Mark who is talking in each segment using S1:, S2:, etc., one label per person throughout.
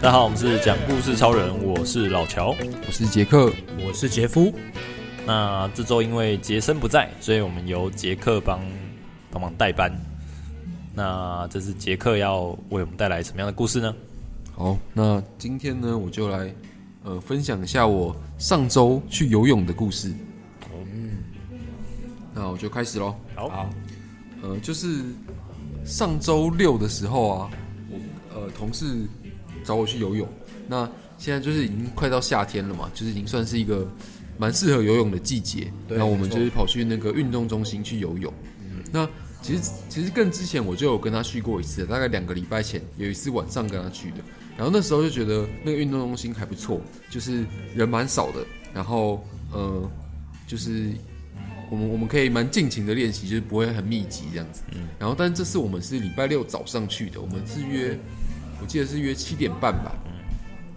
S1: 大家好，我们是讲故事超人，我是老乔。
S2: 我是杰克，
S3: 我是杰夫，
S1: 那这周因为杰森不在，所以我们由杰克帮帮忙代班。那这次杰克要为我们带来什么样的故事呢？
S2: 好，那今天呢，我就来呃分享一下我上周去游泳的故事。那我就开始喽。
S1: 好，
S2: 呃，就是上周六的时候啊，我呃同事找我去游泳。那现在就是已经快到夏天了嘛，就是已经算是一个蛮适合游泳的季节。
S3: 对
S2: 那我们
S3: 没错
S2: 就是跑去那个运动中心去游泳。那其实其实更之前我就有跟他去过一次，大概两个礼拜前有一次晚上跟他去的。然后那时候就觉得那个运动中心还不错，就是人蛮少的，然后呃，就是我们我们可以蛮尽情的练习，就是不会很密集这样子。然后，但是这次我们是礼拜六早上去的，我们是约，我记得是约七点半吧。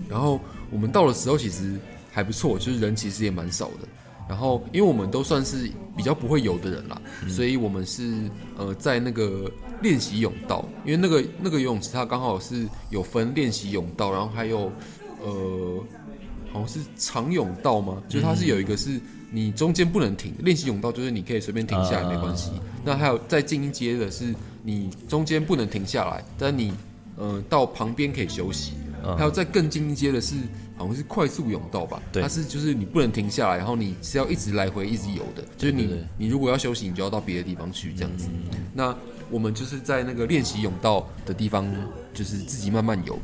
S2: 然后我们到的时候其实还不错，就是人其实也蛮少的。然后，因为我们都算是比较不会游的人啦，所以我们是呃在那个练习泳道，因为那个那个游泳池它刚好是有分练习泳道，然后还有呃好像是长泳道吗？就是它是有一个是你中间不能停，练习泳道就是你可以随便停下来没关系。那还有再进一阶的是你中间不能停下来，但你呃到旁边可以休息。还有再更进一阶的是好像是快速泳道吧，
S1: 对
S2: 它是就是你不能停下来，然后你是要一直来回一直游的，就是你你如果要休息，你就要到别的地方去这样子。那我们就是在那个练习泳道的地方，就是自己慢慢游。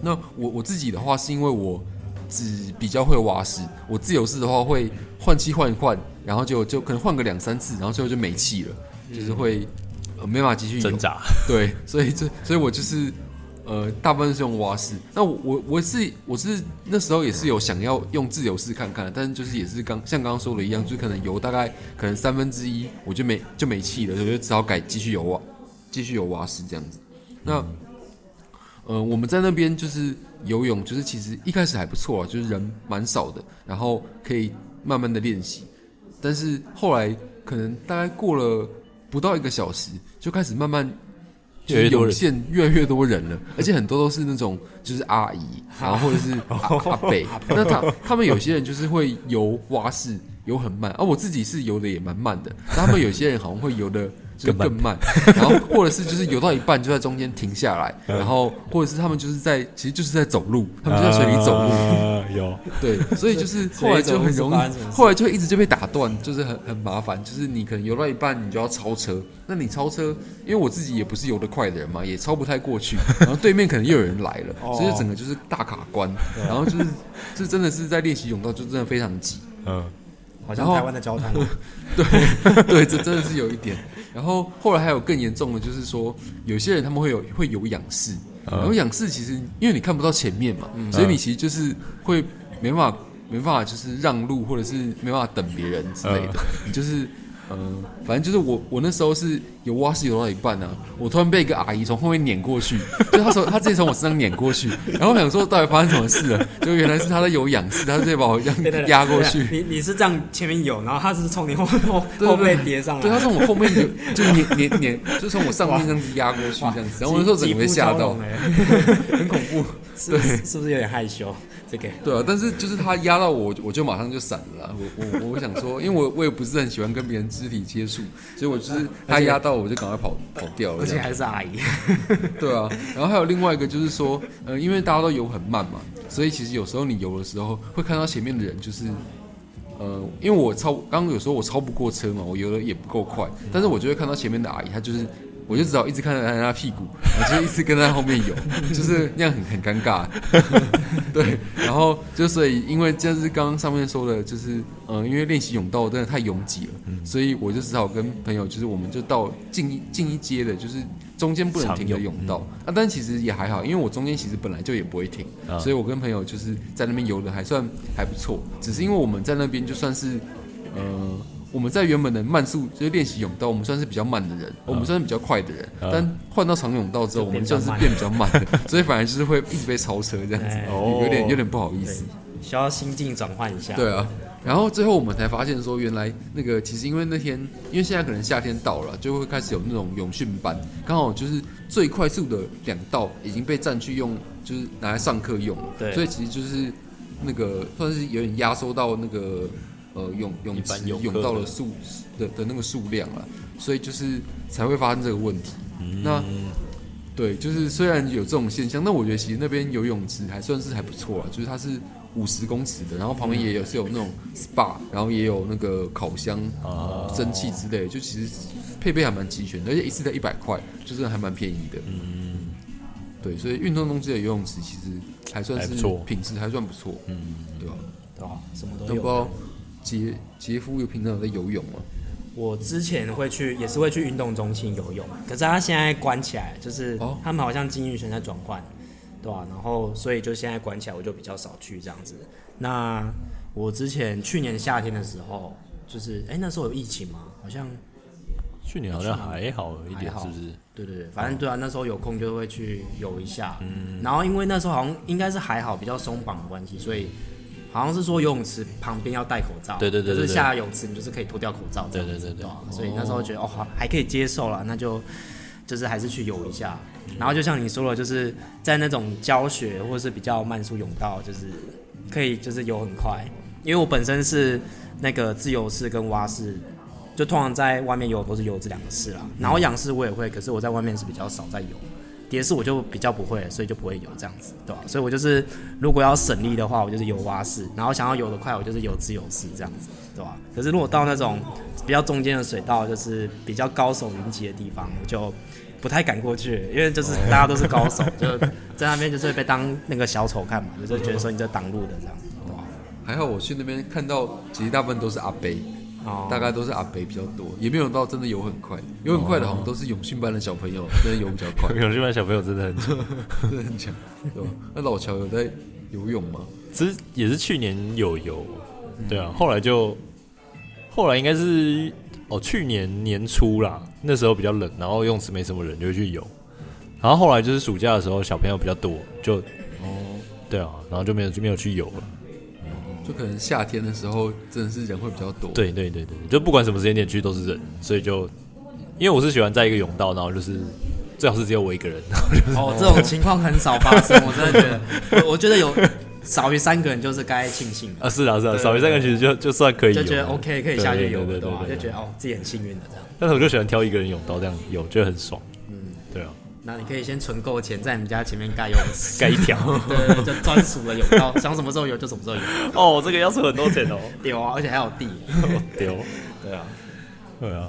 S2: 那我我自己的话，是因为我只比较会蛙式，我自由式的话会换气换一换，然后就就可能换个两三次，然后最后就没气了，就是会、呃、没办法继续游
S1: 挣扎。
S2: 对，所以这所以我就是呃，大部分是用蛙式。那我我我是我是那时候也是有想要用自由式看看，但是就是也是刚像刚刚说的一样，就是可能游大概可能三分之一我就没就没气了，我就只好改继续游啊蛙，继续游蛙式这样子。那呃，我们在那边就是游泳，就是其实一开始还不错啊，就是人蛮少的，然后可以慢慢的练习。但是后来可能大概过了不到一个小时，就开始慢慢就
S1: 越来越
S2: 是
S1: 多
S2: 涌
S1: 人
S2: 现越来越多人了，而且很多都是那种就是阿姨，然后或者是哦阿阿伯。那他他们有些人就是会游蛙式，游很慢，啊而、我自己是游的也蛮慢的，但他们有些人好像会游的。就是更慢，然后或者是就是游到一半就在中间停下来，然后或者是他们就是在其实就是在走路，他们就在水里走路，
S1: 啊有
S2: 对，所以就是
S3: 所以
S2: 后来就很容
S3: 走路是发生什么
S2: 易，
S3: 事
S2: 后来就一直就被打断，就是很很麻烦。就是你可能游到一半，你就要超车，那你超车，因为我自己也不是游得快的人嘛，也超不太过去。然后对面可能又有人来了，所以
S3: 哦
S2: 就整个就是大卡关。然后就是，这真的是在练习泳道，就真的非常急。
S1: 嗯，
S3: 好
S2: 然
S3: 像
S2: 后
S3: 台湾的交 通。
S2: 对 对，这真的是有一点。然后后来还有更严重的，就是说有些人他们会有会有仰视，然后仰视其实因为你看不到前面嘛，所以你其实就是会没办法没办法就是让路，或者是没办法等别人之类的，你就是。嗯，反正就是我，我那时候是游蛙式游到一半呢、啊，我突然被一个阿姨从后面碾过去，就她从她直接从我身上碾过去，然后我想说到底发生什么事了，就原来是她在游仰视，她直接把我这
S3: 对对
S2: 样
S3: 对
S2: 压过
S3: 对
S2: 去。
S3: 你你是这样前面有，然后他是从 你后后
S2: 对
S3: 后背叠上
S2: 对，他
S3: 来，
S2: 从我后面有，就碾碾碾，就从我上面这样子压过去这样子，然后我那时候整个被吓到，
S3: 很恐
S2: 怖，
S3: 是是不是有点害羞？这个
S2: 对啊，但是就是他压到我，我就我就马上就闪了啦。我我我想说，因为我我也不是很喜欢跟别人肢体接触，所以我就是他压到我就赶快跑跑掉了
S3: 而
S2: 这
S3: 且
S2: 样。
S3: 还是阿姨，
S2: 对啊，然后还有另外一个就是说，呃，因为大家都游很慢嘛，所以其实有时候你游的时候会看到前面的人就是。呃，因为我超刚刚有时候我超不过车嘛，我游的也不够快，但是我就会看到前面的阿姨，她就是，我就只好一直看着她她屁股，我就一直跟在后面游，就是那样很很尴尬。对，然后就所以因为就是刚刚上面说的，就是嗯、呃因为练习泳道真的太拥挤了，
S3: 嗯
S2: 所以我就只好跟朋友，就是我们就到近一近一阶的，就是中间不能停的泳
S3: 嗯
S2: 道。啊，但其实也还好，因为我中间其实本来就也不会停，
S1: 啊
S2: 所以我跟朋友就是在那边游的还算还不错，只是因为我们在那边就算是呃。我们在原本的慢速就是练习泳道，我们算是比较慢的人，我们算是比较快的人，
S1: 啊
S2: 但换到长泳道之后，
S3: 就
S2: 我们
S3: 变比
S2: 算
S3: 较
S2: 是
S3: 慢
S2: 变比较慢的，所以反而就是会一直被超车这样子
S3: 哎，
S2: 有点有点不好意
S3: 对
S2: 思。
S3: 需要心境转换一下。
S2: 对啊，然后最后我们才发现说，原来那个其实因为那天，因为现在可能夏天到了，就会开始有那种泳训班，刚好就是最快速的两道已经被占去用，就是拿来上课用了。
S1: 对
S2: 所以其实就是那个算是有点压缩到那个呃泳泳池
S1: 一般泳客
S2: 泳道的数的的那个数量了，所以就是才会发生这个问题。那对，就是虽然有这种现象，但我觉得其实那边游泳池还算是还不错啊，就是它是五十公尺的，然后旁边也有是有那种 SPA，然后也有那个烤箱、
S1: 哦
S2: 呃、蒸汽之类的，就其实配备还蛮齐全的，而且一次才一百块，就是还蛮便宜的。嗯，对，所以运动东西的游泳池其实还算
S1: 还不
S2: 是
S1: 错
S2: 品质还算不错。嗯，对吧？
S3: 对吧？什么
S2: 那不
S3: 都
S2: 知
S3: 有。
S2: 道杰杰夫有平常有在游泳吗？
S3: 我之前会去，也是会去运动中心游泳，可是他现在关起来，就是
S2: 哦
S3: 他们好像金鱼圈在转换，对吧、然后所以就现在关起来，我就比较少去这样子。那我之前去年夏天的时候，就是哎、那时候有疫情吗？好像
S1: 去年好像还好一点
S3: 还，好
S1: 是不是？
S3: 对对对，反正对啊，那时候有空就会去游一下。
S1: 嗯
S3: 然后因为那时候好像应该是还好，比较松绑的关系，所以好像是说游泳池旁边要戴口罩。
S1: 对对对对
S3: 就是
S1: 对
S3: 下泳池你就是可以脱掉口罩这样子。
S1: 对对对对
S3: 啊所以那时候觉得哦还还可以接受啦，那就就是还是去游一下。然后就像你说的，就是在那种教学或是比较慢速泳道，就是可以就是游很快，因为我本身是那个自由式跟蛙式就通常在外面游泳都是游这两个式啦，然后仰式我也会，可是我在外面是比较少在游，蝶式我就比较不会，所以就不会游这样子，对吧、所以我就是如果要省力的话，我就是游蛙式，然后想要游得快，我就是游自由式这样子，对吧、可是如果到那种比较中间的水道，就是比较高手云集的地方，我就不太敢过去，因为就是大家都是高手，就在那边就是被当那个小丑看嘛，就是觉得说你在挡路的这样子，对吧、
S2: 还好我去那边看到，其实大部分都是阿贝，
S3: 哦
S2: 大概都是阿贝比较多，也没有到真的游很快，游很快的好像都是泳训班的小朋友，真的游比较 快，
S1: 泳圈班小朋友真的很强，
S2: 真的很强，对吧？那老乔有在游泳吗？
S1: 其实也是去年有游，
S3: 嗯
S1: 对啊，后来就后来应该是哦，去年年初啦，那时候比较冷，然后泳池没什么人，就会去游。然后后来就是暑假的时候，小朋友比较多，就
S2: 哦，
S1: 对啊，然后就没有就没有去游了。
S2: 就可能夏天的时候真的是人会比较多，，
S1: 对对对对，就不管什么时间点去都是人，所以就因为我是喜欢在一个泳道，然后就是最好是只有我一个人， 然后就是
S3: 哦，这种情况很少发生，我真的觉得，我我觉得有少于三个人就是该庆幸了，
S1: 啊是啦是啦，少于三个人其实就就算可以
S3: 就
S1: 游
S3: 觉得
S1: 了
S3: OK 可以下去游
S1: 对对对
S3: 了，对吧？
S1: 对
S3: 就
S1: 对
S3: 觉得哦自己很幸运的这样。
S1: 但是我就喜欢挑一个人泳道这样游，就很爽。嗯，对啊，
S3: 那你可以先存够钱，在你们家前面盖游泳 池，
S1: 盖一条。
S3: 对对对，就专属的泳道，想什么时候游就什么时候游，
S1: 哦，这个要出很多钱哦，
S3: 对啊，而且还有地，
S1: 丢。
S3: 对啊，
S1: 对啊，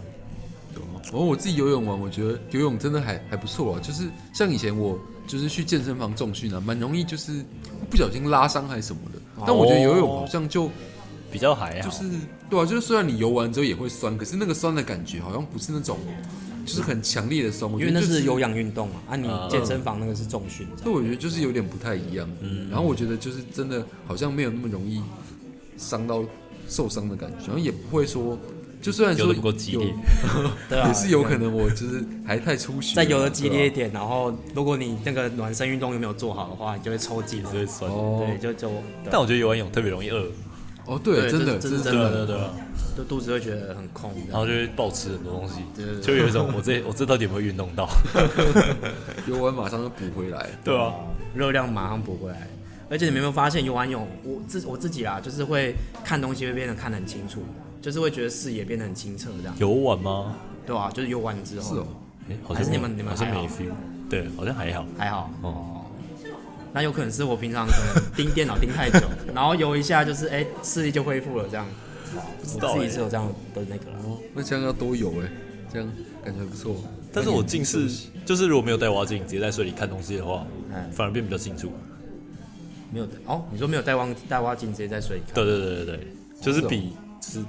S2: 然后我自己游泳完，我觉得游泳真的还还不错啊。就是像以前我就是去健身房重训啊，蛮容易就是不小心拉伤还是什么的。但我觉得游泳好像就
S1: 比较还好，
S2: 就是对啊，就是虽然你游完之后也会酸，可是那个酸的感觉好像不是那种就是很强烈的酸，我
S3: 因
S2: 觉
S3: 为
S2: 得
S3: 那
S2: 就是
S3: 有。氧运动嘛，啊，你健身房那个是重训这样，
S2: 那我觉得就是有点不太一样，
S3: 嗯
S2: 然后我觉得就是真的好像没有那么容易伤到受伤的感觉，然后也不会说，就虽然
S1: 游
S2: 说
S1: 的不够激烈
S2: 有，
S3: 对啊，
S2: 也是有可能我就是还太初学了，
S3: 再游的激烈
S2: 对
S3: 一
S2: 吧啊
S3: 点，然后如果你那个暖身运动又没有做好的话，你就会抽筋，
S1: 所以酸。
S2: 哦
S3: 对，就就对
S1: 但我觉得游完泳特别容易饿，
S2: 哦，对，
S3: 对
S2: 真的，这
S3: 这是
S2: 是
S3: 真
S2: 真
S3: 的
S2: 的，
S1: 对啊，
S3: 就肚子会觉得很空，
S1: 然后就会暴吃很多东西
S3: 对对，对
S1: 就有一种我这我这到底有没有运动到？
S2: 游完马上就补回来，
S1: 对啊，
S3: 热量马上补回来。而且你们有没有发现游完泳，我自我自己啦，就是会看东西会变得看得很清楚，就是会觉得视野变得很清澈，这样
S1: 游完吗？
S3: 对吧、就是游完之后，
S2: 是哦，
S1: 诶好像
S3: 还是你们你们
S1: 好像
S3: 还好
S1: 没 feel，对，好像还好。
S3: 还好
S1: 哦
S3: 哦。那有可能是我平常可能盯电脑盯太久，然后游一下就是哎、视力就恢复了这样。
S1: 道
S3: 我自
S1: 欸
S3: 己是有这样的那个啦，
S2: 哦，那这样要多游哎，这样感觉还不错。
S1: 但是我近视，就是如果没有戴蛙镜，直接在水里看东西的话，
S3: 嗯
S1: 反而变比较清楚。
S3: 没有的哦。你说没有戴望戴蛙镜直接在水里看，
S1: 对对对对对，就是比就是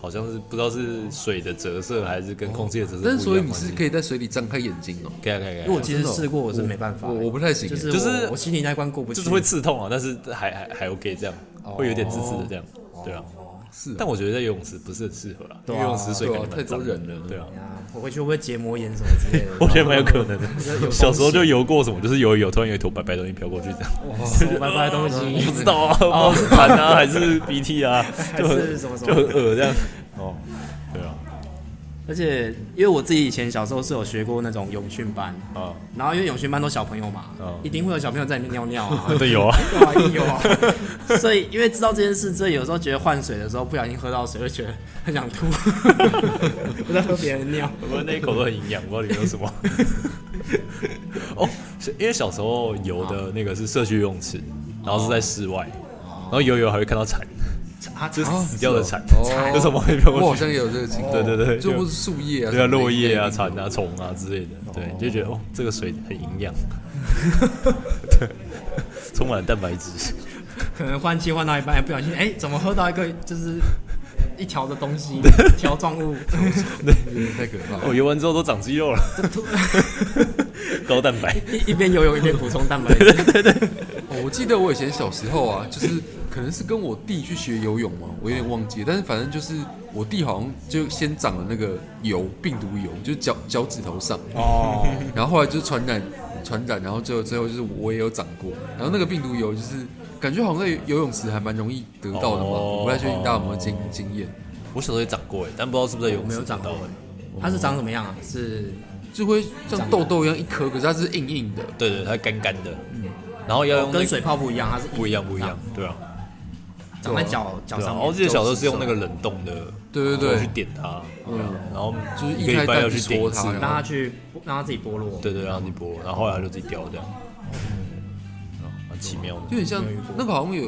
S1: 好像是不知道是水的折射还是跟空气的折射不一样的关
S2: 但
S1: 系。
S2: 所以你是可
S1: 以
S2: 以在水里张开眼睛哦，
S1: 可以啊可以啊可
S3: 因为
S1: 以
S3: 我
S1: 啊，
S3: 其实
S2: 真的哦
S3: 试过，我是
S2: 我
S3: 没办法欸、
S2: 我我不太行欸
S3: 就是
S1: 就是
S3: 我我心里那关过不去，
S1: 就是会刺痛啊，但是还还还 OK 这样，会有点刺刺的这样，对啊。
S3: 哦，
S2: 是啊
S1: 但我觉得在游泳池不是很适合啦，因
S3: 对
S1: 为
S3: 啊
S1: 游泳池水感觉
S2: 对啊
S1: 蛮脏
S2: 太多人了
S1: 对啊，？
S3: 哎呀我回去会不会结膜炎什么之类 的
S1: 我觉得蛮有可能的。
S3: 有风险
S1: 小时候就游过什么，就是游一游，突然有一坨白白的东西飘过去，这样
S3: 什么白白的东
S1: 我不
S3: 西，
S1: 知道啊，不知道是痰啊还是鼻涕啊，
S3: 哦 还
S1: 就很
S3: 是什么什
S1: 就很
S3: 么？
S1: 恶这样。哦，对啊，
S3: 而且因为我自己以前小时候是有学过那种泳训班，
S1: 啊，
S3: 然后因为泳训班都小朋友嘛
S1: 哦，
S3: 一定会有小朋友在里面尿尿啊
S1: ，对有啊，
S3: 对啊，一定有啊。 所以因为知道这件事，所以有时候觉得换水的时候不小心喝到水，会觉得很想吐， 我在喝别人的尿。
S1: 我那一口都很营养，不知道里面有什 么。哦，是因为小时候游的那个是社区游泳池，然后是在室外，然后游游还会看到哦蝉，
S3: 啊，
S1: 就是
S2: 哦
S1: 死掉的
S2: 是
S1: 蝉
S2: 哦哦，
S1: 有什么会飘
S2: 我好
S1: 过去
S2: 像？也有这个经历，
S1: 对对对
S2: 就
S1: 就
S2: 不是树叶啊，
S1: 对啊，
S2: 什么的
S1: 落叶啊、
S2: 一定
S1: 蝉啊、虫啊之类的，对，你就觉得哦，这个水很营 养，对，充满了蛋白 质。
S3: 可能换气换到一半，不小心哎、怎么喝到一个就是一条的东西，条状物，
S2: 有点太可怕了。
S1: 哦，游完之后都长肌 肉了，高蛋白。
S3: 一一边游泳一边补充蛋白 质。
S2: 哦，我记得我以前小时候啊，就是可能是跟我弟去学游泳嘛，我有点忘记了，但是反正就是我弟好像就先长了那个油病毒疣，就是脚脚趾头上，
S3: 哦，
S2: 然后后来就传染传染，然后最后最后就是我也有长过，然后那个病毒疣就是感觉好像在游泳池还蛮容易得到的嘛，
S1: 哦
S2: 我不太确定大家有没有经经验，
S1: 我小时候也长过哎，但不知道是不是在游泳
S3: 哦没
S1: 池
S3: 有长
S1: 到
S3: 到。它是长什么样啊？是
S2: 就会像痘痘一样一颗，可是它是硬硬的，
S1: 对对，它干干的，然后要用那
S3: 嗯哦跟
S1: 个
S3: 水泡不一样，它是
S1: 呃不一样不一样，对啊。
S3: 长在脚脚
S1: 对啊
S3: 上
S1: 然
S3: 面。
S1: 后我记得小时候是用那个冷冻的，
S2: 对对对嗯
S1: 然后去点它，对啊然后
S2: 就是
S1: 一
S2: 一
S1: 个礼
S2: 开
S1: 拜
S2: 蛋
S1: 要
S2: 去
S1: 去点一
S2: 戳
S1: 次
S2: 它，，然
S3: 让
S2: 后
S3: 它去让它自己剥落。
S1: 对对，然后你剥，然后后来它就自己掉这样，
S2: 嗯
S1: 啊蛮奇妙的，
S2: 有点像那个好像有，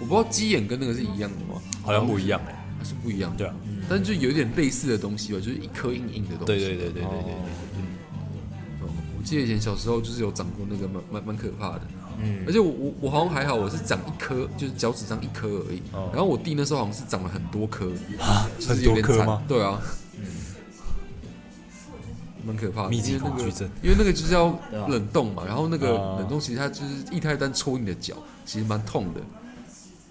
S2: 我不知道鸡眼跟那个是一样的吗？
S1: 好像不一样哎，
S2: 还是不一样的，
S1: 对啊，
S2: 但就有点类似的东西吧，就是一颗硬硬的东西。
S1: 对对对对对对对，
S2: 哦我记得以前小时候就是有长过那个蛮蛮蛮可怕的，
S3: 嗯
S2: 而，且我我我好像还好，我是长一颗，就是脚趾上一颗而已。
S1: 哦啊
S2: 然后我弟那时候好像是长了很多颗，就
S1: 很
S2: 是有
S1: 多
S2: 点
S1: 颗
S2: 惨
S1: 吗？嗯
S2: 对啊，蛮可怕的。
S1: 密集
S2: 因为那
S1: 恐惧
S2: 个
S1: 症，
S2: 因为那个就是要
S3: 对啊
S2: 冷冻嘛，然后那个
S1: 啊
S2: 冷冻其实它就是液态氮戳你的脚，其实蛮痛的。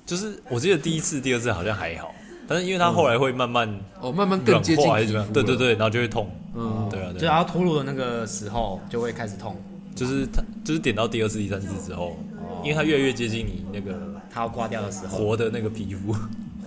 S1: 就是我记得第一次、第二次好像还好，但是因为它后来会慢慢
S2: 哦，慢慢更
S1: 软
S2: 接近
S1: 化还是
S2: 皮
S1: 怎么
S2: 肤
S1: 样，对对
S2: 了，
S1: 对，然后就会痛，
S2: 嗯，
S1: 对啊
S3: 就
S1: 对
S3: 是
S1: 啊，
S3: 它脱落的那个时候就会开始痛，
S1: 就是它就是点到第二次、第三次之后，
S2: 哦
S1: 因为它越来越接近你那个
S3: 它要挂掉的时候。
S1: 活的那个皮肤，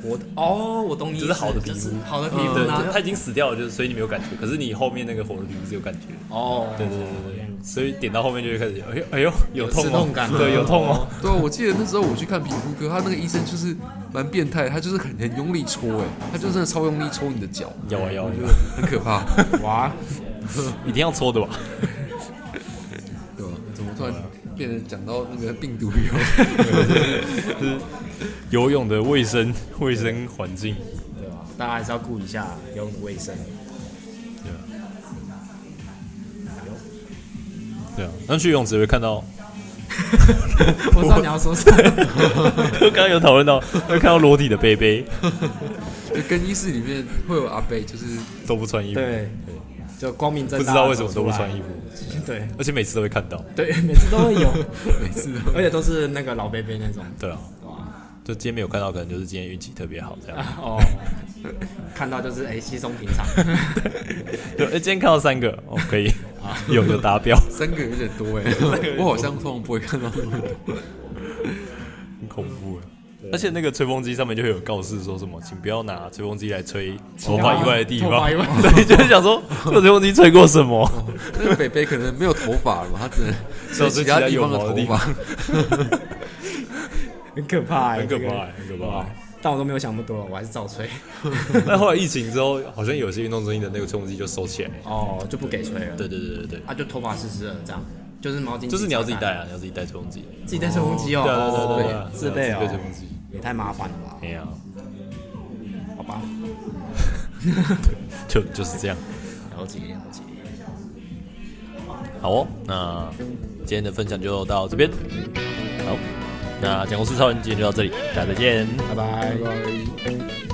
S3: 活的哦，我懂你意思，
S1: 就是好的皮肤嗯
S3: 就是好的皮
S1: 对，
S3: 肤
S1: 它
S3: 啊
S1: 它。已经死掉了，就是所以你没有感觉，可是你后面那个活的皮肤是有感觉的。
S3: 哦，
S1: 对对对对对，所以点到后面就会开始，哎呦哎呦，有痛
S3: 刺
S1: 哦
S3: 痛，感
S1: 对，有痛哦，
S2: 对啊，我记得那时候我去看皮肤科，他那个医生就是蛮变态，他就是很很用力戳，哎，他就真的超用力戳你的脚，
S1: 有啊有啊有啊，
S2: 很可怕，
S3: 哇，
S1: 一定要搓的吧？
S2: 对吧？怎么突然变成讲到那个病毒以后？
S1: 游泳的卫生卫生环境，
S3: 对吧？大家还是要顾一下游泳的卫生。
S1: 对啊，对啊，那去游泳池会看 到，
S3: 我知道你要说什么。
S1: 刚刚有讨论到，会看到裸体的贝贝
S2: 就更衣室里面会有阿贝，就是
S1: 都不穿衣服，
S3: 对，就光明正
S1: 不知
S3: 大。
S1: 道为什么都不穿衣
S3: 服。
S1: 服，
S3: 对
S1: 而且每次都会看到，
S3: 对，每次都 会有，
S2: 每次都
S3: 而且都是那个老贝贝那种。
S1: 对啊，就今天没有看到，可能就是今天运气特别好这 样，
S3: 哦，看到就是哎，稀松平 常。
S1: 就哎今天看到三个，哦可以， 有有达标，
S2: 三个有点多哎，我好像通常不会看到那么多。
S1: 很恐怖啊！而且那个吹风机上面就会有告示说什么，请不要拿吹风机来吹头发以外的地方。
S3: 头发以外
S1: 对，就是想说这个吹风机吹过什么？
S2: 那个北北可能没有头发了嘛，他只能
S1: 只有
S2: 其他地
S1: 其
S2: 方
S1: 他有毛的
S2: 头
S1: 地
S2: 发
S1: 方。
S3: 很可怕 欸，
S1: 很可怕
S3: 这个
S1: 欸很可 怕欸。
S3: 但我都没有想那么多，我还是照 吹。
S1: 但后来疫情之后，好像有些运动中心的那个吹风机就收起来。
S3: 哦，就不给吹了。
S1: 对对对对对，
S3: 啊，就头发湿湿的这样，就是毛巾。
S1: 就是你要自己带，啊，你要自己带吹风机。
S3: 自己带吹风机哦。
S1: 对啊对啊对啊对啊，
S3: 自备
S1: 自备吹
S3: 哦
S1: 风，机。
S3: 也太麻烦了吧？
S1: 哎呀，
S3: 好吧，
S1: 就就是这样。
S3: 了解了解。
S1: 好哦，那今天的分享就到这边。好，那讲故事超人今天就到这里，大家再见。
S3: 拜拜。
S2: 拜拜